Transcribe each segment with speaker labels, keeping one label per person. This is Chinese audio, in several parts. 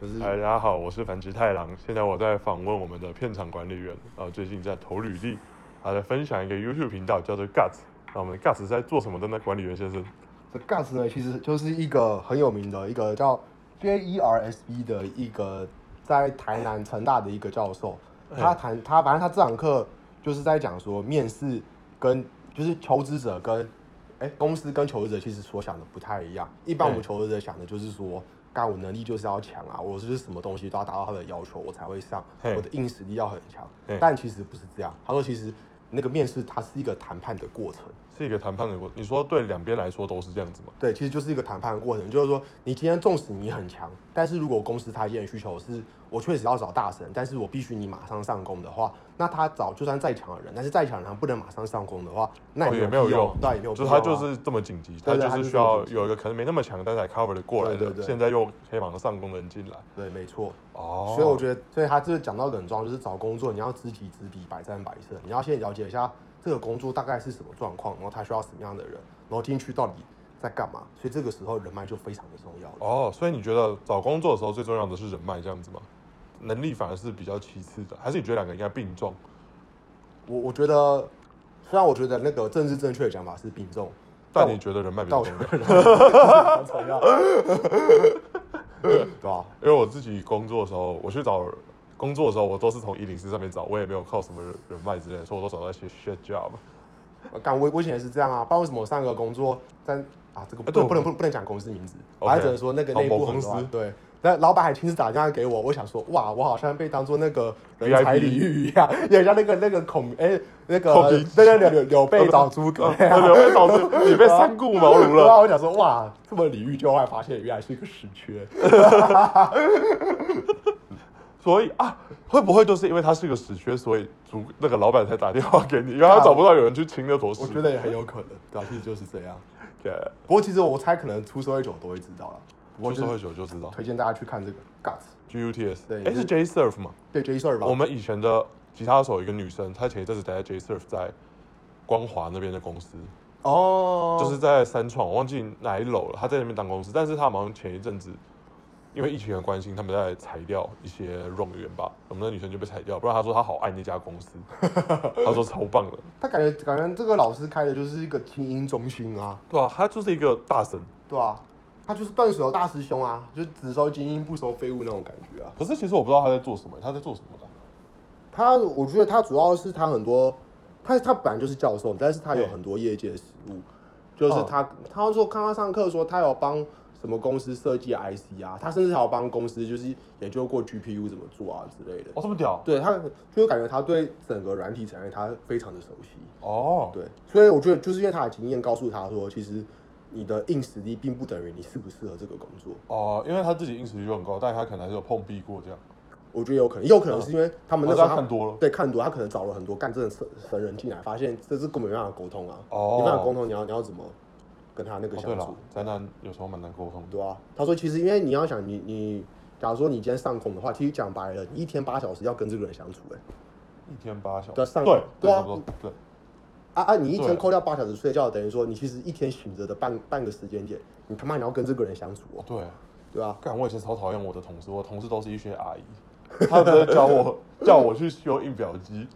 Speaker 1: 哎嗨，大家好，我是繁殖太郎。现在我在访问我们的片场管理员，呃，最近在投履历，他在分享一个 YouTube 频道叫做 Guts。那我们 Guts 是在做什么的呢？管理员先生，
Speaker 2: 这 Gas 呢，其实就是一个很有名的一个叫 J E R S E 的一个在台南成大的一个教授，
Speaker 1: 哎
Speaker 2: 他谈他反正他这堂课就是在讲说面试跟就是求职者跟哎公司跟求职者其实所想的不太一样。一般我们
Speaker 1: 嗯
Speaker 2: 求职者想的就是说，干我能力就是要强啊，我就是什么东西都要达到他的要求，我才会上，
Speaker 1: 嘿
Speaker 2: 我的硬实力要很强
Speaker 1: 嘿。
Speaker 2: 但其实不是这样，他说其实那个面试它是一个谈判的过程。
Speaker 1: 是一个谈判的过，你说对两边来说都是这样子吗？
Speaker 2: 对，其实就是一个谈判的过程，就是说你今天纵使你很强，但是如果公司他今天的需求是我确实要找大神，但是我必须你马上上工的话，那他找就算再强的人，但是再强的人他不能马上上工的话，那
Speaker 1: 哦也没
Speaker 2: 有
Speaker 1: 有
Speaker 2: 必
Speaker 1: 用，
Speaker 2: 对，也没有必
Speaker 1: 就是
Speaker 2: 要啊
Speaker 1: 他就是这么紧急，他
Speaker 2: 对对
Speaker 1: 就
Speaker 2: 他
Speaker 1: 是
Speaker 2: 就是
Speaker 1: 需
Speaker 2: 这么
Speaker 1: 要
Speaker 2: 紧急
Speaker 1: 有一个可能没那么强，但才 cover 得过来的，
Speaker 2: 对对对
Speaker 1: 现在又可以马上上工的人进来。
Speaker 2: 对，没错。
Speaker 1: 哦，
Speaker 2: 所以我觉得，所以他这讲到冷装，就是找工作，你要知己知彼，百战百胜。你要先了解一下这个工作大概是什么状况，然后他需要什么样的人，然后进去到底在干嘛。所以这个时候人脉就非常的重要了。
Speaker 1: 哦，所以你觉得找工作的时候最重要的是人脉这样子吗？能力反而是比较其次的，还是你觉得两个应该并重？
Speaker 2: 我我觉得，虽然我觉得那个政治正确的讲法是并重，
Speaker 1: 但
Speaker 2: 我
Speaker 1: 你觉得人脉比
Speaker 2: 但
Speaker 1: 较
Speaker 2: 我
Speaker 1: 重
Speaker 2: 觉
Speaker 1: 要？
Speaker 2: 得很重要， 对啊吧、
Speaker 1: 因为我自己工作的时候，我去找工作的时候，我都是从一零四上面找，我也没有靠什么人人脉之类的，所以我都找到一些 shit job。
Speaker 2: 我干我我以前也是这样啊，不知道为什么我上个工作，但啊这个不
Speaker 1: 哎对
Speaker 2: 能不能不能不能讲公司名字，我
Speaker 1: OK
Speaker 2: 还只能说那个
Speaker 1: 哦
Speaker 2: 内部
Speaker 1: 某
Speaker 2: 很
Speaker 1: 公
Speaker 2: 乱
Speaker 1: 司
Speaker 2: 对。那老板还亲自打电话给我，我想说，哇，我好像被当做那个人才
Speaker 1: VIP
Speaker 2: 领域一样，有点像那个那个孔哎、那
Speaker 1: 孔
Speaker 2: 个
Speaker 1: 明
Speaker 2: 那个柳柳柳被找 诸葛
Speaker 1: 啊，刘备导致你被三顾茅庐
Speaker 2: 然
Speaker 1: 了。
Speaker 2: 后我想说，哇，这么领域就会发现原来是一个死缺，
Speaker 1: 所以啊，会不会就是因为他是个死缺，所以主那个老板才打电话给你，因为他找不到有人去清那 坨屎？
Speaker 2: 我觉得也很有可能，对啊，其实就是这样。
Speaker 1: Yeah，
Speaker 2: 不过其实我猜可能出社会久都会知道了，不过
Speaker 1: 我
Speaker 2: 就
Speaker 1: 社会
Speaker 2: 是
Speaker 1: 久就知道
Speaker 2: 推荐大家去看这个 Guts，
Speaker 1: GUTS，
Speaker 2: 对
Speaker 1: 哎是
Speaker 2: 是
Speaker 1: J Surf 吗？
Speaker 2: 对 J 事儿吧，
Speaker 1: 我们以前的吉他手有一个女生，她前一阵子待在 J Surf 在光华那边的公司，
Speaker 2: 哦，
Speaker 1: 就是在三创，我忘记哪一楼了。她在那边当公司，但是她好像前一阵子因为疫情的关系，他们在裁掉一些冗员吧，我们的女生就被裁掉。不然她说她好爱那家公司，她说超棒的，
Speaker 2: 他感觉感觉这个老师开的就是一个精英中心啊，
Speaker 1: 对啊，她就是一个大神。
Speaker 2: 对啊，他就是断手大师兄啊，就只收精英不收废物那种感觉啊。
Speaker 1: 可是其实我不知道她在做什么，她在做什么的。
Speaker 2: 他我觉得他主要是他很多，他他本来就是教授，但是他有
Speaker 1: 对
Speaker 2: 很多业界实务，就是
Speaker 1: 哦
Speaker 2: 他、他说看他上课说他有帮什么公司设计 IC 啊，他甚至还有帮公司就是研究过 GPU 怎么做啊之类的。
Speaker 1: 哦，这么屌
Speaker 2: 对他就是感觉他对整个软体产业他非常的熟悉，
Speaker 1: 哦，
Speaker 2: 对，所以我觉得就是因为他的经验告诉他说，其实你的硬实力并不等于你适不适合这个工作。
Speaker 1: 哦，因为她自己硬实力就很高，但她可能还是有碰壁过这样。
Speaker 2: 我觉得有可能，也有可能是因为他们那时候
Speaker 1: 哦他看多了
Speaker 2: 对，看多，他可能找了很多干这的神神人进来，发现这是根本没办法沟通啊，
Speaker 1: 哦
Speaker 2: 没办法沟通，你要你要怎么跟他那个
Speaker 1: 哦，
Speaker 2: 相
Speaker 1: 对
Speaker 2: 处，
Speaker 1: 了，宅男有时候蛮难沟通的。
Speaker 2: 对啊，他说其实因为你要想你你，假如说你今天上空的话，其实讲白了，你一天八小时要跟这个人相处、欸，
Speaker 1: 一天八小时，
Speaker 2: 对上
Speaker 1: 对
Speaker 2: 对啊
Speaker 1: 差不多对，
Speaker 2: 啊啊！你一
Speaker 1: 对
Speaker 2: 天扣掉八小时睡觉，等于说你其实一天醒着的半半个时间点，你他妈你要跟这个人相处哦
Speaker 1: 哦，对。
Speaker 2: 对吧、
Speaker 1: 干，我以前超讨厌我的同事，我同事都是一些阿姨，他们教我叫我去修印表机，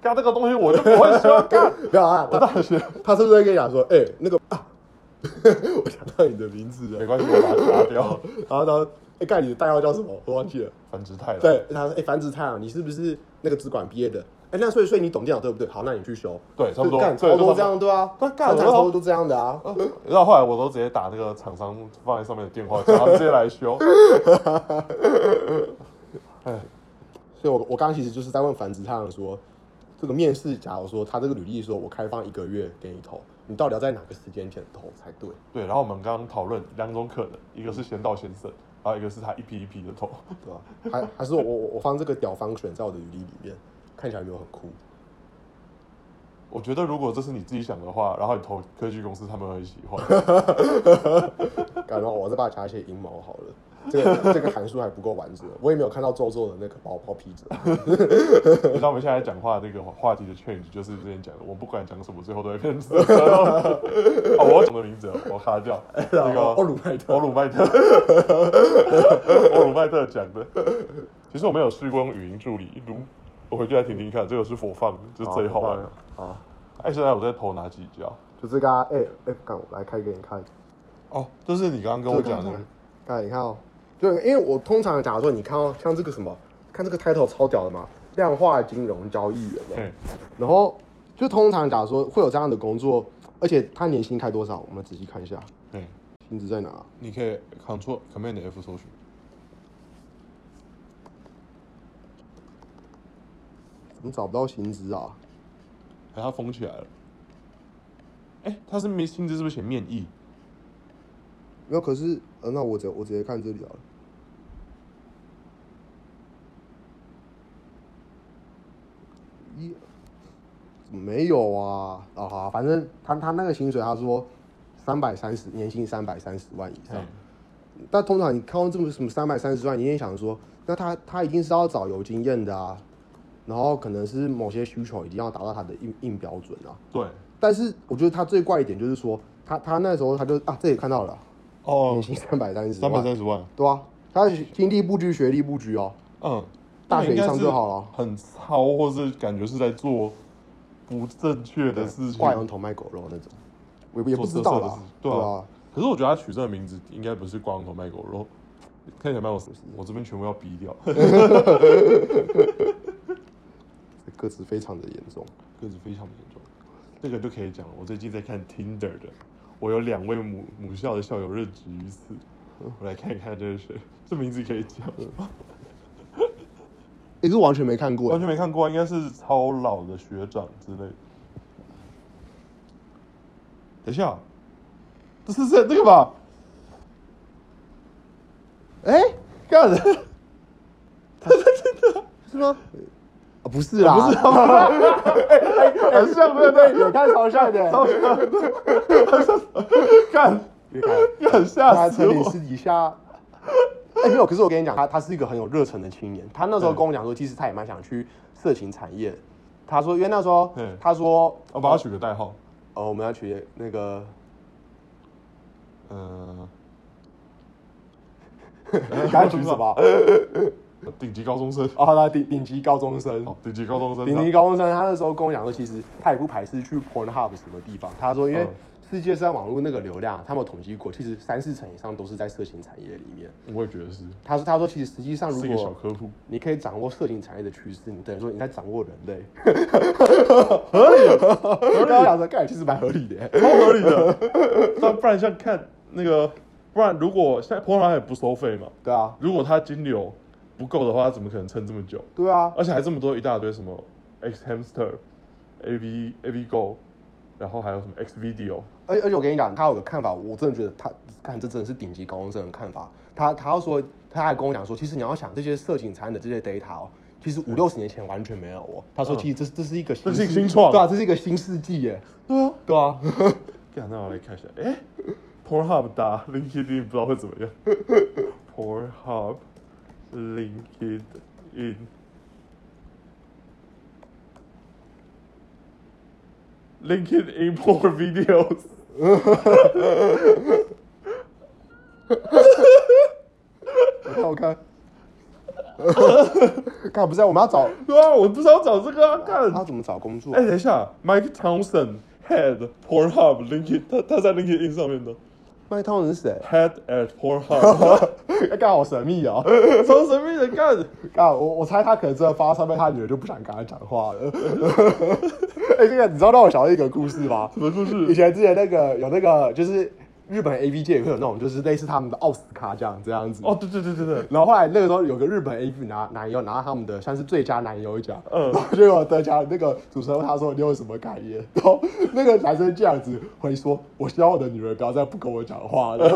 Speaker 1: 干这个东西我就不会修，干
Speaker 2: 没有啊，
Speaker 1: 我
Speaker 2: 他
Speaker 1: 大学
Speaker 2: 他是不是会跟你讲说，哎、那个啊， 我想到你的名字了
Speaker 1: 没，关系，我把它擦掉，
Speaker 2: 然后他说，哎、盖你的代号叫什么？我忘记了。
Speaker 1: 繁殖太了。
Speaker 2: 对，他说，哎、繁殖太阳，你是不是那个资管毕业的？哎、那所以所以你懂电脑对不对？好，那你去修。
Speaker 1: 对差不多
Speaker 2: 就干
Speaker 1: 对
Speaker 2: 超多
Speaker 1: 差不多
Speaker 2: 这样对啊，
Speaker 1: 对干
Speaker 2: 生产
Speaker 1: 我
Speaker 2: 超多都这样的啊。
Speaker 1: 呃然后后来我都直接打那个厂商放在上面的电话，叫他们直接来修。
Speaker 2: 所以我我刚刚其实就是在问繁殖太阳说，这个面试，假如说他这个履历说我开放一个月给你投，你到底要在哪个时间点投才对？
Speaker 1: 对，然后我们刚刚讨论两种可能，一个是先到先胜，然后一个是他一批一批的投。
Speaker 2: 对吧、还还是我我我放这个屌方选在我的履历里面，看起来有没有很酷？
Speaker 1: 我觉得如果这是你自己想的话，然后你投科技公司，他们会喜欢。
Speaker 2: 感觉我再把它加一些阴谋好了。这个这个函数还不够完整，我也没有看到周周的那个包包皮 子。
Speaker 1: 你知道我们现在讲话这个话题的 change 就是之前讲的，我不管讲什么，最后都会变成哦，我要讲的名字了，我卡掉。那个
Speaker 2: 欧鲁麦特
Speaker 1: 欧鲁麦特，欧鲁麦特讲的。其实我没有试过用语音助理录，我回去再听听看，这个是佛放的，这是最好玩的。
Speaker 2: 啊，
Speaker 1: 哎，现在我在投哪几家？
Speaker 2: 就这个啊哎哎，干我来开给你看，
Speaker 1: 哦，就是你刚刚跟我讲的
Speaker 2: 这个，看你看哦，就因为我通常假如说你看哦，像这个什么，看这个 title 超屌的嘛，量化金融交易员嘛，
Speaker 1: 嗯，
Speaker 2: 然后就通常假如说会有这样的工作，而且他年薪开多少？我们仔细看一下，
Speaker 1: 对，
Speaker 2: 薪资在哪？
Speaker 1: 你可以 Ctrl Command F 搜寻。
Speaker 2: 怎么找不到薪资啊？
Speaker 1: 哎，它封起来了。哎，它是没薪资，是不是写面议？
Speaker 2: 没有，可是呃，那我直我直接看这里好了。一怎么没有啊？啊，好啊反正他他那个薪水，他说三百三十，年薪三百三十万以上。
Speaker 1: 嗯
Speaker 2: 但通常你看到这么什么三百三十万，你也想说，那他他一定是要找有经验的啊，然后可能是某些需求一定要达到他的硬硬标准啊。
Speaker 1: 对，
Speaker 2: 但是我觉得他最怪一点就是说，他他那时候他就啊，这里看到了啊，
Speaker 1: 哦
Speaker 2: 年，薪三百三十
Speaker 1: 三百
Speaker 2: 万，
Speaker 1: 三十万，
Speaker 2: 对啊，他经历不拘，学历不拘哦，
Speaker 1: 嗯，
Speaker 2: 大学以上就好了。
Speaker 1: 很糙，或是感觉是在做不正确的事情。
Speaker 2: 挂羊头卖狗肉那种，我也不也不知道
Speaker 1: 做色色的
Speaker 2: 啦
Speaker 1: 事情，对
Speaker 2: 对
Speaker 1: 啊
Speaker 2: 啊，
Speaker 1: 可是我觉得他取这个名字应该不是挂羊头卖狗肉，看起来蛮有，我这边全部要逼掉，
Speaker 2: 这个子非常的严重。
Speaker 1: 个子非常严重。这个就可以讲了，我最近在看 Tinder 的，我有两位母母校的校友任职于此，
Speaker 2: 嗯
Speaker 1: 我来看看这是谁，这名字可以讲吗，
Speaker 2: 也是完全没看过
Speaker 1: 完，全没看过啊，应该是超老的学长之类的。等一下，这是这这个吧？
Speaker 2: 哎，干的，真的 是吗？啊，不是啦，不哎是，
Speaker 1: 很
Speaker 2: 啊
Speaker 1: 像对不对？
Speaker 2: 也看潮汕的，
Speaker 1: 看，
Speaker 2: 别看，
Speaker 1: 很 吓
Speaker 2: 他
Speaker 1: 死
Speaker 2: 陈女
Speaker 1: 我！
Speaker 2: 私底下。哎、没有，可是我跟你讲，他他是一个很有热忱的青年。他那时候
Speaker 1: 嗯
Speaker 2: 跟我讲说，其实他也蛮想去色情产业的。他说，因为那时候
Speaker 1: 嗯
Speaker 2: 他说
Speaker 1: 我帮他取个代号，
Speaker 2: 呃，我们要取那 个，
Speaker 1: 嗯、
Speaker 2: 刚才取什么？
Speaker 1: 顶级高中生，
Speaker 2: 哦，他顶顶级高中生，
Speaker 1: 好，顶级高中生，啊
Speaker 2: 顶级高中生，他那时候跟我讲说，其实他也不排斥去 Pornhub 什么地方。他说，因为
Speaker 1: 嗯
Speaker 2: 世界上网络那个流量，他们有统计过，其实三四成以上都是在色情产业里面。
Speaker 1: 我也觉得是，
Speaker 2: 他说，他说，其实实际上如
Speaker 1: 是一个小
Speaker 2: 果
Speaker 1: 科 普，
Speaker 2: 你可以掌握色情产业的趋势，你等于说你在掌握人类。刚刚讲说，干，其实蛮合理的。
Speaker 1: 超合 理的。但不然像看那个，不然如果现在波兰也不收费嘛，
Speaker 2: 对啊，
Speaker 1: 如果他金流不够的话，他怎么可能撑这么久？
Speaker 2: 对啊，
Speaker 1: 而且还这么多一大堆什么 X Hamster、A V A V Go，然后还有什么 X Video，
Speaker 2: 而而且我跟你讲，他有个看法，我真的觉得他看这真的是顶级高中生的看法。他他要说，他还跟我讲说，其实你要想这些色情产业的这些 data 哦，其实五六十年前完全没有哦。他说，
Speaker 1: 嗯
Speaker 2: 其实这这是一个
Speaker 1: 这是一个
Speaker 2: 世
Speaker 1: 新创
Speaker 2: 对啊，这是一个新世纪耶。
Speaker 1: 对啊，
Speaker 2: 对啊，
Speaker 1: 干，那我来看一下，哎、p o r n h u b 打 LinkedIn 不知道会怎么样。Pornhub LinkedIn，LinkedIn porn videos，
Speaker 2: 你看我看，啊 看不是、啊，我们要找
Speaker 1: 对啊，我不知道找这个啊，
Speaker 2: 他
Speaker 1: 干，
Speaker 2: 要怎么找工作
Speaker 1: 哎、？等一下，Mike Townsend head Pornhub LinkedIn，他他在 LinkedIn 上面的
Speaker 2: 麦当劳是谁？
Speaker 1: head at Pornhub，
Speaker 2: 干好神秘哦！
Speaker 1: 超神秘的干。
Speaker 2: 干我我猜他可能真的发到上面，他女儿就不想跟他讲话了。 哎、这个你知道让我想到一个故事吗？
Speaker 1: 什么故事
Speaker 2: 以前之前那个有那个就是日本 A V 界也会有那种就是类似他们的奥斯卡这样这样子。
Speaker 1: 哦，对对对对对，
Speaker 2: 然后后来那个时候有个日本 A V 拿男优拿到他们的像是最佳男优奖，然
Speaker 1: 嗯
Speaker 2: 后就有得奖那个主持人问他说你有什么感言，然后那个男生这样子回说，我希望我的女儿不要再不跟我讲话了。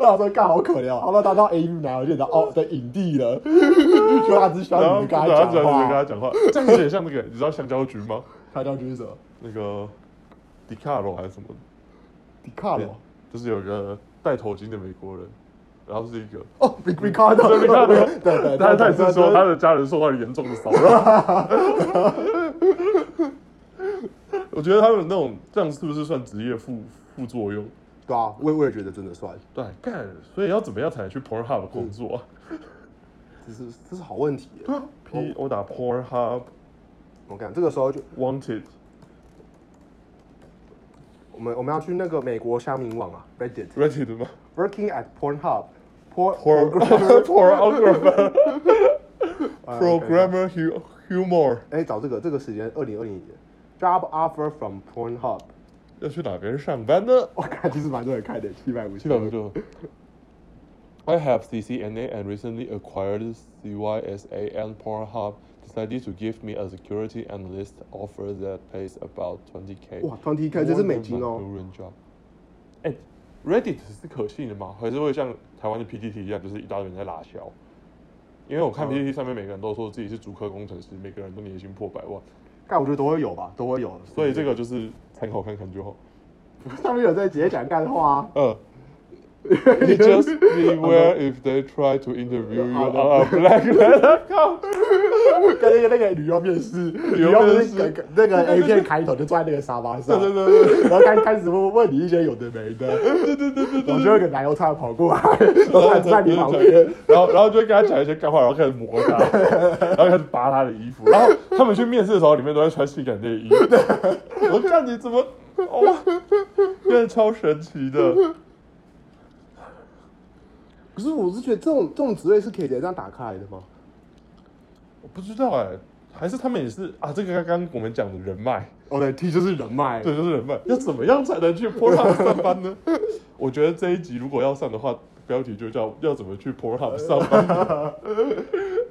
Speaker 2: 然后他说干好可怜哦，他说他到 A V 男优奖的哦的影帝了，就他只希望
Speaker 1: 然后
Speaker 2: 你们
Speaker 1: 不
Speaker 2: 跟他
Speaker 1: 然后
Speaker 2: 讲
Speaker 1: 只要你们跟他
Speaker 2: 话。
Speaker 1: 讲话，这样有点像那个，你知道香蕉局吗？
Speaker 2: 他叫举手，
Speaker 1: 那个迪卡罗还是什么，
Speaker 2: 迪卡罗。
Speaker 1: 就是有个戴头巾的美国人，然后是一个，
Speaker 2: 哦，Ric-，Ricardo，
Speaker 1: 对，Ricardo
Speaker 2: 对对，
Speaker 1: 他他也
Speaker 2: 对
Speaker 1: 是说他的家人受到了严重的骚扰。我觉得他们那种这样是不是算职业副副作用？
Speaker 2: 对啊，我也我也觉得真的算，
Speaker 1: 对，干，所以要怎么样才能去 Pornhub 工作啊？
Speaker 2: 这是这是好问题耶。
Speaker 1: 对啊，P 我打 Pornhub
Speaker 2: 我看这个时候就
Speaker 1: Wanted，
Speaker 2: 我们我们要去那个美国乡民网啊，Reddit。
Speaker 1: Reddit 吗
Speaker 2: Working at Pornhub, por
Speaker 1: ？Porn Pornographer Programmer hu- Humor
Speaker 2: 哎，找这个这个时间，二零二零年，Job offer from Pornhub。
Speaker 1: 要去哪边上班呢？
Speaker 2: 我看其实蛮多人看的，七百五，
Speaker 1: 七百五十六。I have CCNA and recently acquired CYSA and Pornhub decided to give me a security analyst offer that pays about 20k.
Speaker 2: 哇，twenty k，这是美金哦。
Speaker 1: More than my current job. 哎、r e d d i t 是可信的吗？还是会像台湾的 PTT 一样，就是一大堆人在拉销？因为我看
Speaker 2: 嗯
Speaker 1: PTT 上面每个人都说自己是主科工程师，每个人都年薪破百万，
Speaker 2: 干，我觉得都会有吧，都会有。
Speaker 1: 所以这个就是参考看看就好。
Speaker 2: 上面有在直接讲干话 啊。
Speaker 1: Uh, you just beware if they try to interview you on a black letter account.
Speaker 2: 跟那个那个旅游面试，旅
Speaker 1: 游面试
Speaker 2: 那个那个 A 片开头就坐在那个沙发上，
Speaker 1: 对对对对
Speaker 2: 然后开开始问问你一些有的没的，对对对对我就有个奶油叉跑过来， 然后他在你旁边，
Speaker 1: 然后然后就跟他讲一些干话，然后开始磨他，然后开始扒他的衣服，然后他们去面试的时候，里面都在穿性感内衣。我看你怎么，哦，真的超神奇的。
Speaker 2: 可是我是觉得这种这种职位是可以直接这样打开来的吗？
Speaker 1: 我不知道哎、还是他们也是啊，这个刚刚我们讲的人脉，
Speaker 2: 哦对，T 就是人脉，
Speaker 1: 对，就是人脉，要怎么样才能去 Pornhub 上班呢？我觉得这一集如果要上的话，标题就叫要怎么去 Pornhub 上班，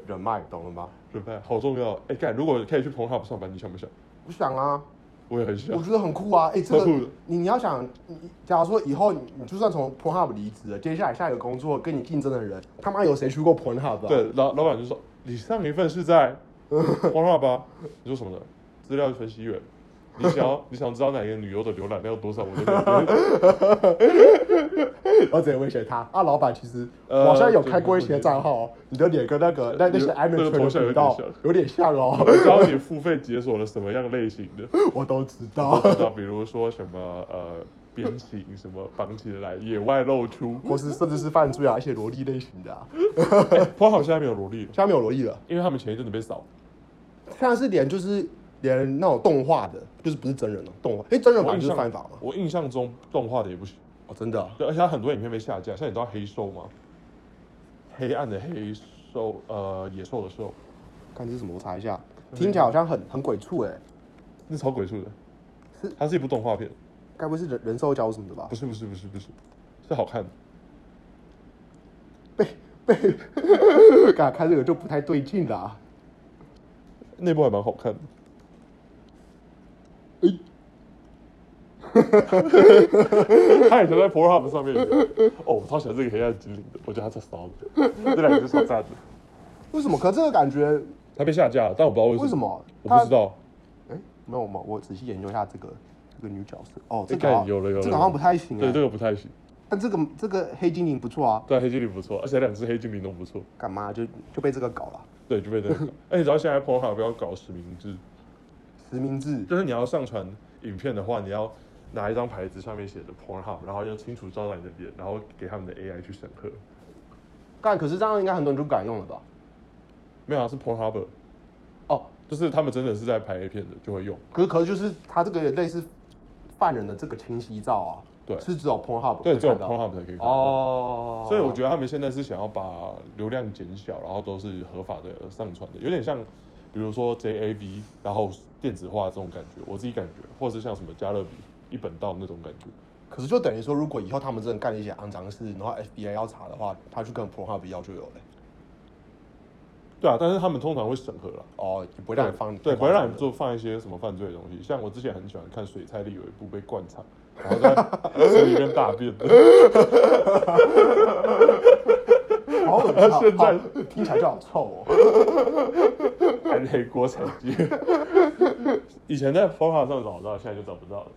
Speaker 2: 人脉懂了吗？
Speaker 1: 人脉好重要。哎、干，如果可以去 Pornhub 上班，你想不想？
Speaker 2: 我想啊，
Speaker 1: 我也很想
Speaker 2: 我。觉得很酷啊，哎、这
Speaker 1: 超酷的
Speaker 2: 个你你要想，你假如说以后你你就算从 Pornhub 离职了，接下来下一个工作跟你竞争的人，他妈有谁去过 Pornhub 啊？
Speaker 1: 对，老老板就说：“你上一份是 在 Pornhub 吧？”你说什么呢？资料分析员。你想要你想知道哪个女优的浏览量有多少？我就给你
Speaker 2: 然后直接威胁他啊！老板其实
Speaker 1: 呃
Speaker 2: 我好像有开过一些账号哦，你的脸跟那个那那些
Speaker 1: 有
Speaker 2: amateur
Speaker 1: 那个头像
Speaker 2: 的频
Speaker 1: 有点
Speaker 2: 道
Speaker 1: 像
Speaker 2: 有点像哦，
Speaker 1: 我教你付费解锁了什么样类型的？
Speaker 2: 我都知
Speaker 1: 我
Speaker 2: 道。
Speaker 1: 知道，比如说什么呃鞭刑，什么绑起来，野外露出。哎
Speaker 2: 或是甚至是犯罪啊，一些萝莉类型的啊，
Speaker 1: Pornhub 现在没有萝莉了，
Speaker 2: 现在没有萝莉了，
Speaker 1: 因为他们前一阵子被扫。
Speaker 2: 现在是连就是连那种动画的，就是不是真人哦，动画，哎、真人
Speaker 1: 我
Speaker 2: 版
Speaker 1: 印
Speaker 2: 就是
Speaker 1: 象
Speaker 2: 犯法嘛，
Speaker 1: 我印象中动画的也不行，
Speaker 2: 哦，真的、啊，
Speaker 1: 对，而且它很多影片被下架。像你知道黑兽吗？黑暗的黑兽，呃，野兽的兽，
Speaker 2: 看这是什么，我查一下，听起来好像很很鬼畜哎、
Speaker 1: 那超鬼畜的
Speaker 2: 是。
Speaker 1: 它是一部动画片，
Speaker 2: 该不会是人人兽交什么的吧
Speaker 1: 不？是不是不是不是，是好看的。
Speaker 2: 敢 看这个就不太对劲啦、啊。
Speaker 1: 那部还蛮好看的。
Speaker 2: 哎
Speaker 1: 他以前在 Pornhub 上面有哦，我超喜欢这个黑暗精灵的，我觉得他超骚的，这两个是超赞的。
Speaker 2: 为什么？可这个感觉
Speaker 1: 他被下架了，但我不知道为什么。
Speaker 2: 为什？么？
Speaker 1: 我
Speaker 2: 他
Speaker 1: 不知道。
Speaker 2: 哎，没有嘛，我仔细研究一下这个这个女角色。哦，这
Speaker 1: 看
Speaker 2: 个好
Speaker 1: 有了有了
Speaker 2: 这个好像不太行哎。
Speaker 1: 对，这个不太行。
Speaker 2: 但这个这个黑精灵不错啊，
Speaker 1: 对，黑精灵不错，而且两只黑精灵都不错。
Speaker 2: 干嘛就就被这个搞了？
Speaker 1: 对，就被那个搞。而且只要现在 Pornhub 要搞实名制，
Speaker 2: 实名制，
Speaker 1: 就是你要上传影片的话，你要拿一张牌子，上面写着 Pornhub，然后要清楚照到你的脸，然后给他们的 AI 去审核。
Speaker 2: 干可是这样应该很多人就不敢用了吧？
Speaker 1: 没有啊，是 Pornhub，
Speaker 2: 哦，
Speaker 1: 就是他们真的是在拍 A 片的就会用。
Speaker 2: 可是可是就是他这个也类似犯人的这个清晰照啊，
Speaker 1: 对
Speaker 2: 是只有 Pornhub
Speaker 1: 对，
Speaker 2: 会
Speaker 1: 只有
Speaker 2: 看到
Speaker 1: Pornhub 才可以看到。
Speaker 2: 哦，
Speaker 1: 所以我觉得他们现在是想要把流量减小，然后都是合法的上传的，有点像，比如说 JAV，然后电子化这种感觉，我自己感觉，或是像什么加勒比一本道那种感觉。
Speaker 2: 可是就等于说，如果以后他们真的干了一些肮脏事，然后 FBI 要查的话，他去跟 Pornhub 要就有了。
Speaker 1: 对啊，但是他们通常会审核啦，
Speaker 2: 哦，不会让你放
Speaker 1: 对，不会让你做放一些什么犯罪的东西。像我之前很喜欢看水菜里有一部被灌肠，然后在水里面大便 的，
Speaker 2: 好恶心啊
Speaker 1: 现在
Speaker 2: 好听起来就好臭哦。
Speaker 1: 暗黑锅产机。 以前在 p o r 上找得到，现在就找不到了。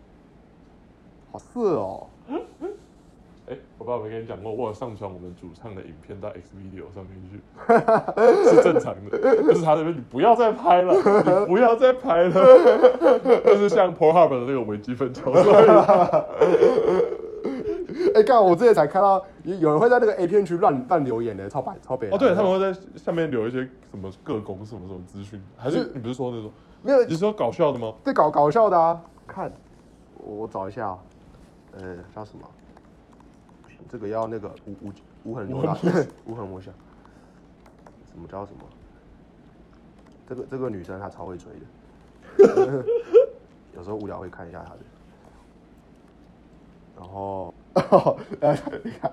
Speaker 2: 好色哦！
Speaker 1: 哎、我不知道有没有跟你讲过，我有上传我们主唱的影片到 X Video 上面去， 是正常的。就是他那边，你不要再拍了，你不要再拍了， 就是像 Pornhub 的那个微积分操作。
Speaker 2: 哎，刚我之前才看到有有人会在那个 A 片区乱乱留言的，超白超白。啊
Speaker 1: 哦，对，他们会在下面留一些什么各工什么什么资讯，还是你不是说那种？
Speaker 2: 没有
Speaker 1: 你是说搞笑的吗？
Speaker 2: 最搞搞笑的啊！看，我我找一下、啊，呃，叫什么？不行这个要那个无无无痕多大？ 无痕摸下，什么叫什么？这个这个女生她超会追的， 有时候无聊会看一下她的。然 后，呃，你看，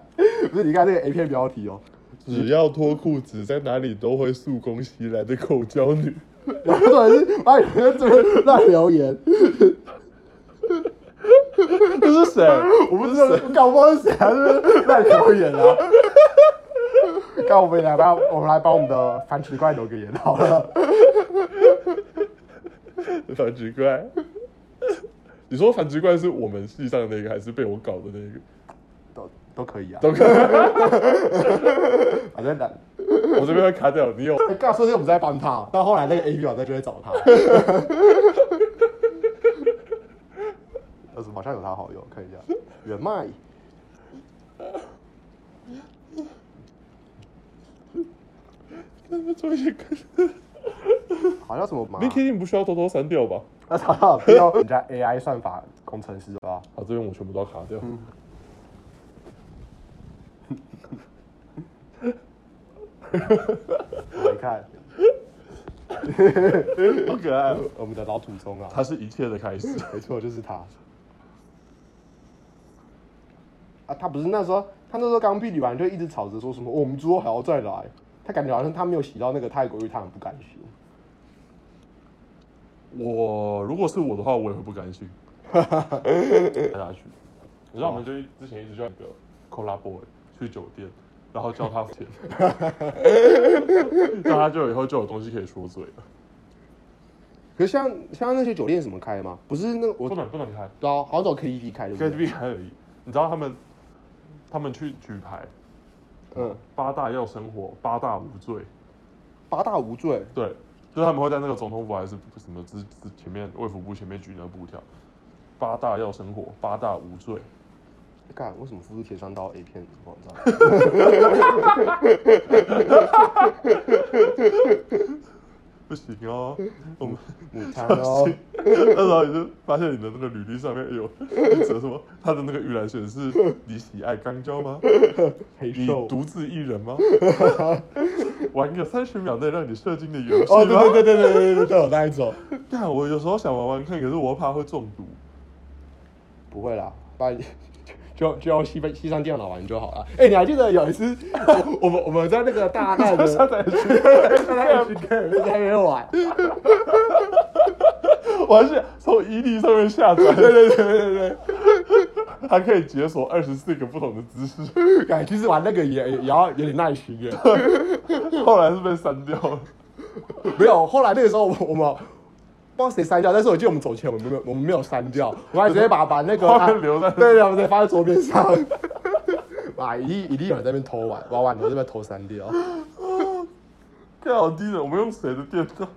Speaker 2: 不是你看这个 A 片标题哦，
Speaker 1: 只要脱裤子，在哪里都会速攻袭来的口交女。
Speaker 2: 然后突然是把你们这边乱留言，
Speaker 1: 这是 谁？
Speaker 2: 我不知道，搞不好是谁啊，就是乱留言啊。那我们来帮，我们来帮我们的番茄怪留个言好了。
Speaker 1: 繁殖怪。你说繁殖怪是我们系上的那个，还是被我搞的那 个？
Speaker 2: 都都可以啊，
Speaker 1: 都可以，
Speaker 2: 反正男。
Speaker 1: 我这边会卡掉。你 有
Speaker 2: 告诉你我们在帮他，到后来那个 A P 网站就会找他。但是好像有他好友，看一下原麦。
Speaker 1: 那边做一些跟
Speaker 2: 好像什么马
Speaker 1: 你肯定不需要偷偷删掉吧？
Speaker 2: 那他好不要人家 AI 算法工程师吧？
Speaker 1: 好，这边我全部都要卡掉。
Speaker 2: 我一看，
Speaker 1: 好可爱哦，
Speaker 2: 我们的老祖宗啊，
Speaker 1: 它是一切的开始。
Speaker 2: 没错，就是他。啊，他不是那时候，他那时候刚毕旅完就一直吵着说什么、哦我们之后还要再来。他感觉好像他没有洗到那个泰国浴，他很不甘心。
Speaker 1: 我如果是我的话，我也会不甘 心。拍下去，你知道我们就之前一直叫那个 Cola Boy 去酒店，然后叫他付 钱，那他就以后就有东西可以说嘴了。
Speaker 2: 可是像像那些酒店怎么开吗？不是那我
Speaker 1: 不能不能开
Speaker 2: 对啊，好像走 KTV 开对不对？
Speaker 1: KTV 还而已，你知道他们他们去举牌，
Speaker 2: 嗯，
Speaker 1: 八大要生活，八大无罪，
Speaker 2: 八大无罪，
Speaker 1: 对，就是他们会在那个总统府还是什么之之前面卫福部前面举那个布条，八大要生活，八大无罪。
Speaker 2: 干为什么付出钱上到 A 片网 站？
Speaker 1: 不行哦，我们
Speaker 2: 母汤哦，
Speaker 1: 那时候你就发现你的那个履历上面有你写什么？他的那个预览显示你喜爱肛交吗？
Speaker 2: 黑
Speaker 1: 你
Speaker 2: 瘦
Speaker 1: 独自一人 吗？玩个三十秒内让你射精的游戏
Speaker 2: 哦，
Speaker 1: 吗？
Speaker 2: 对对对对对对对对，有那一种。
Speaker 1: 但我有时候想玩玩看，可是我又怕会中毒。
Speaker 2: 不会啦，把你 就就用西西上电脑玩就好了。哎、你还记得有一次， 我们我们在那个大难 的
Speaker 1: 下载去，
Speaker 2: 在 H K 在那边玩，
Speaker 1: 我还是从 ED 上面下载。对对对对对它可以解锁二十四个不同的姿势，
Speaker 2: 哎，其实玩那个也也要有点耐心耶。
Speaker 1: 后来是被删掉了。
Speaker 2: 没有，后来那个时候我们我们不知道谁删掉，但是我记得我们走前我们没有我们没有删掉，我还直接把把那 个啊
Speaker 1: 画面留在
Speaker 2: 对对，我们直接放在桌面上。 妈，一定一定有人在那边偷玩，玩完都在那边偷删掉。
Speaker 1: 太好低了，我们用谁的电脑？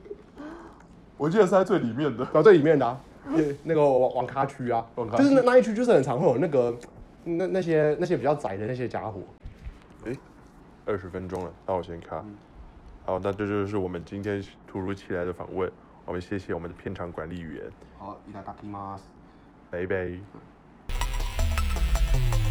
Speaker 1: 我记得是在最里面的。
Speaker 2: 然后最里面的、啊，也那个网网咖区啊
Speaker 1: 网，咖区
Speaker 2: 就是那那一区就是很常会有那个那那些那些比较窄的那些家伙。
Speaker 1: 二十分钟了，那我先卡。好，那这就是我们今天突如其来的访问。我们谢谢我们的片场管理员，
Speaker 2: 好，いただきます。
Speaker 1: 拜拜。